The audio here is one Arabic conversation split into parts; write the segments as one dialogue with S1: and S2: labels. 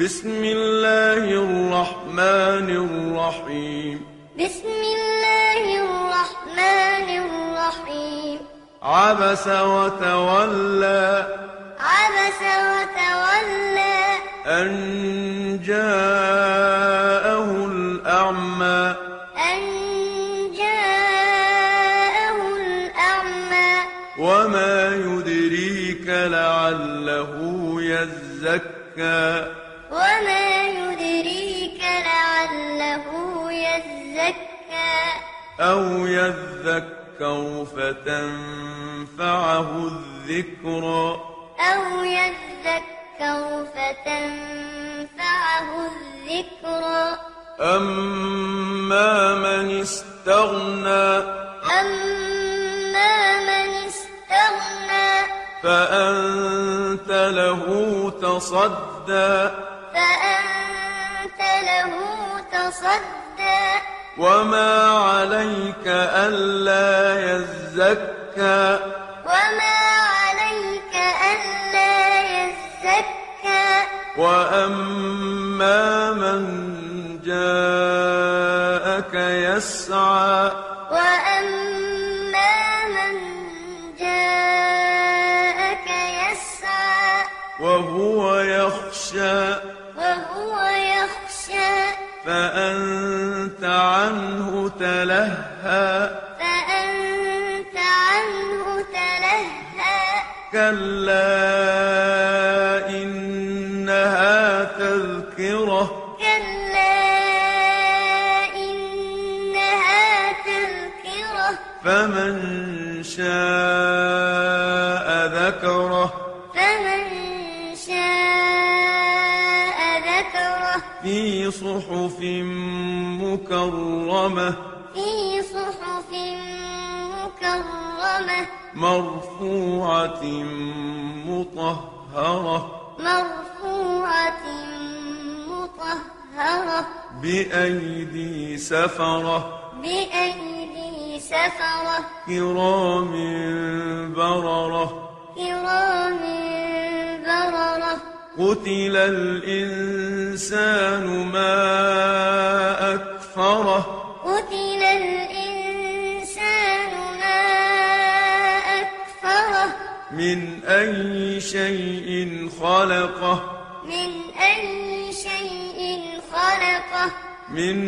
S1: بسم الله الرحمن الرحيم
S2: بسم الله الرحمن الرحيم
S1: عبس وتولى
S2: عبس وتولى
S1: أن جاءه الأعمى
S2: أن جاءه الأعمى
S1: وما يدريك لعله يزكى
S2: وما يدريك لعله يزكى
S1: أو يذكر فتنفعه الذكرى
S2: أو يذكر فتنفعه الذكرى
S1: أما من استغنى
S2: أما من استغنى
S1: فأنت له تصدى
S2: فأنت له تصدى
S1: وما عليك ألا يزكى
S2: وما عليك ألا يزكى
S1: وأما من جاءك يسعى
S2: وأما من جاءك يسعى
S1: وهو يخشى
S2: وهو يخشى
S1: فأنت عنه تلهى
S2: فأنت عنه تلهى
S1: كلا إنها تذكرة
S2: كلا إنها تذكرة
S1: فمن شاء ذكره
S2: فمن شاء ذكره
S1: في صحف مكرمة
S2: في صحف مكرمة
S1: مرفوعة مطهرة
S2: مرفوعة مطهرة
S1: بأيدي سفرة
S2: بأيدي سفرة
S1: كرام بررة
S2: كرام بررة
S1: قتل الإنسان ما أكفره
S2: قتل الإنسان ما أكفره
S1: من أي شيء خلقه
S2: من أي شيء خلقه
S1: من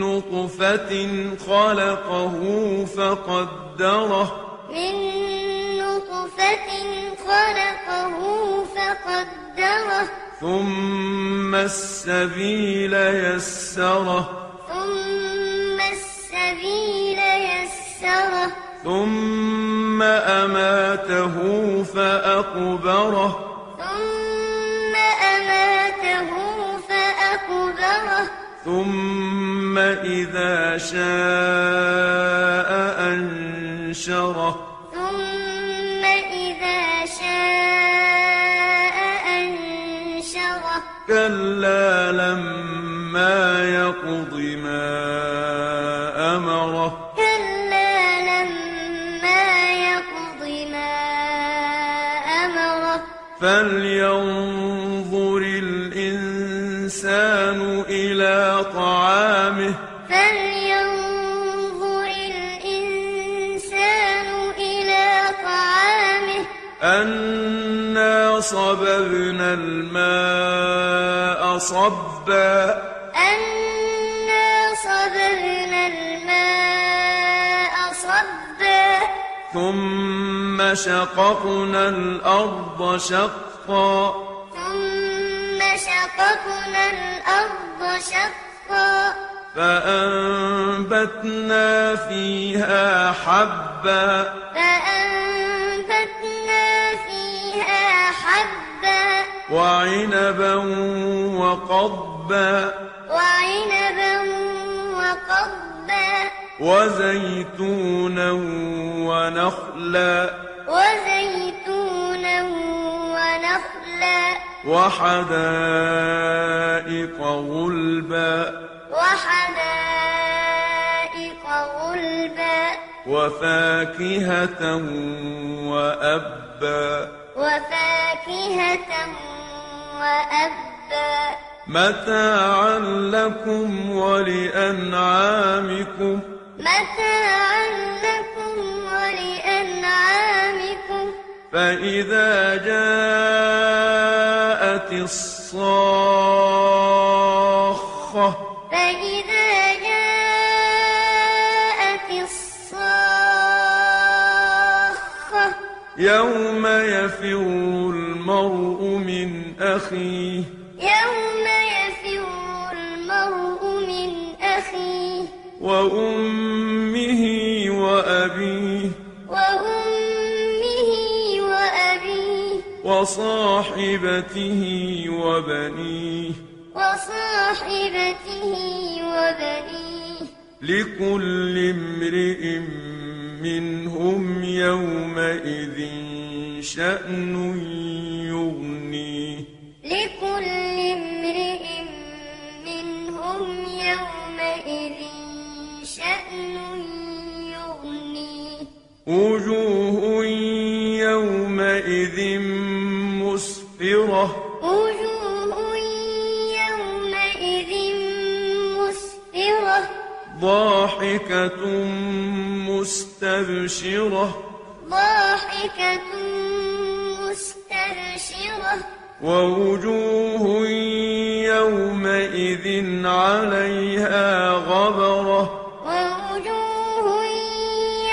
S1: نطفة خلقه فقدره
S2: من نطفة خلقه فقدره
S1: ثم السبيل يسره
S2: ثم السبيل يسره
S1: ثم أماته فأقبره
S2: ثم أماته فأقبره
S1: ثم إذا شاء أنشره
S2: ثم إذا شاء أنشره
S1: كلا لما يقض ما أمره
S2: كلا لما يقض ما أمره
S1: فلينظر الإنسان إلى طعامه
S2: فلينظر الإنسان إلى طعامه
S1: أنا صببنا الماء صبا
S2: أنا صببنا الماء صبا
S1: ثم شققنا الأرض شقا
S2: ثم شققنا الأرض شقا
S1: فأنبتنا فيها حبا
S2: فأنبتنا فيها حبا
S1: وعنبا وقضبا
S2: وعنبا وقضبا
S1: وزيتونا ونخلا
S2: وزيتونا ونخلا
S1: وحدائق غلبا
S2: وحدائق غلبا
S1: وفاكهة وأبا
S2: وفاكهة وأبا حبا
S1: متاعا لكم ولأنعامكم
S2: متاعا لكم ولأنعامكم
S1: فإذا جاءت الصاخة
S2: فإذا جاءت الصاخة
S1: يوم يفر المرء من أخيه
S2: يوم يفر المرء من أخيه
S1: وأمه وأبيه
S2: وأمه وأبيه
S1: وصاحبته وبنيه
S2: وصاحبته وبنيه
S1: لكل امرئ منهم يومئذ شأن يغنيه
S2: لكل امرئ منهم يومئذ شأن يغنيه
S1: وجوه يومئذ مسفرة
S2: وجوه يومئذ مسفرة
S1: ضاحكة مستبشرة
S2: ضاحكة مستبشرة
S1: ووجوه يومئذ عليها غبرة
S2: ووجوه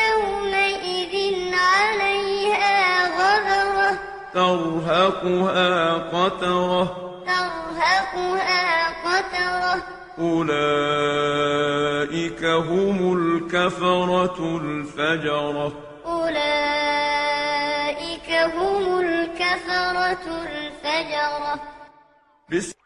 S2: يومئذ عليها غبرة
S1: ترهقها قترة
S2: ترهقها قترة
S1: أولئك هم الكفرة الفجرة
S2: أولئك هم الكفرة الفجرة
S1: بسم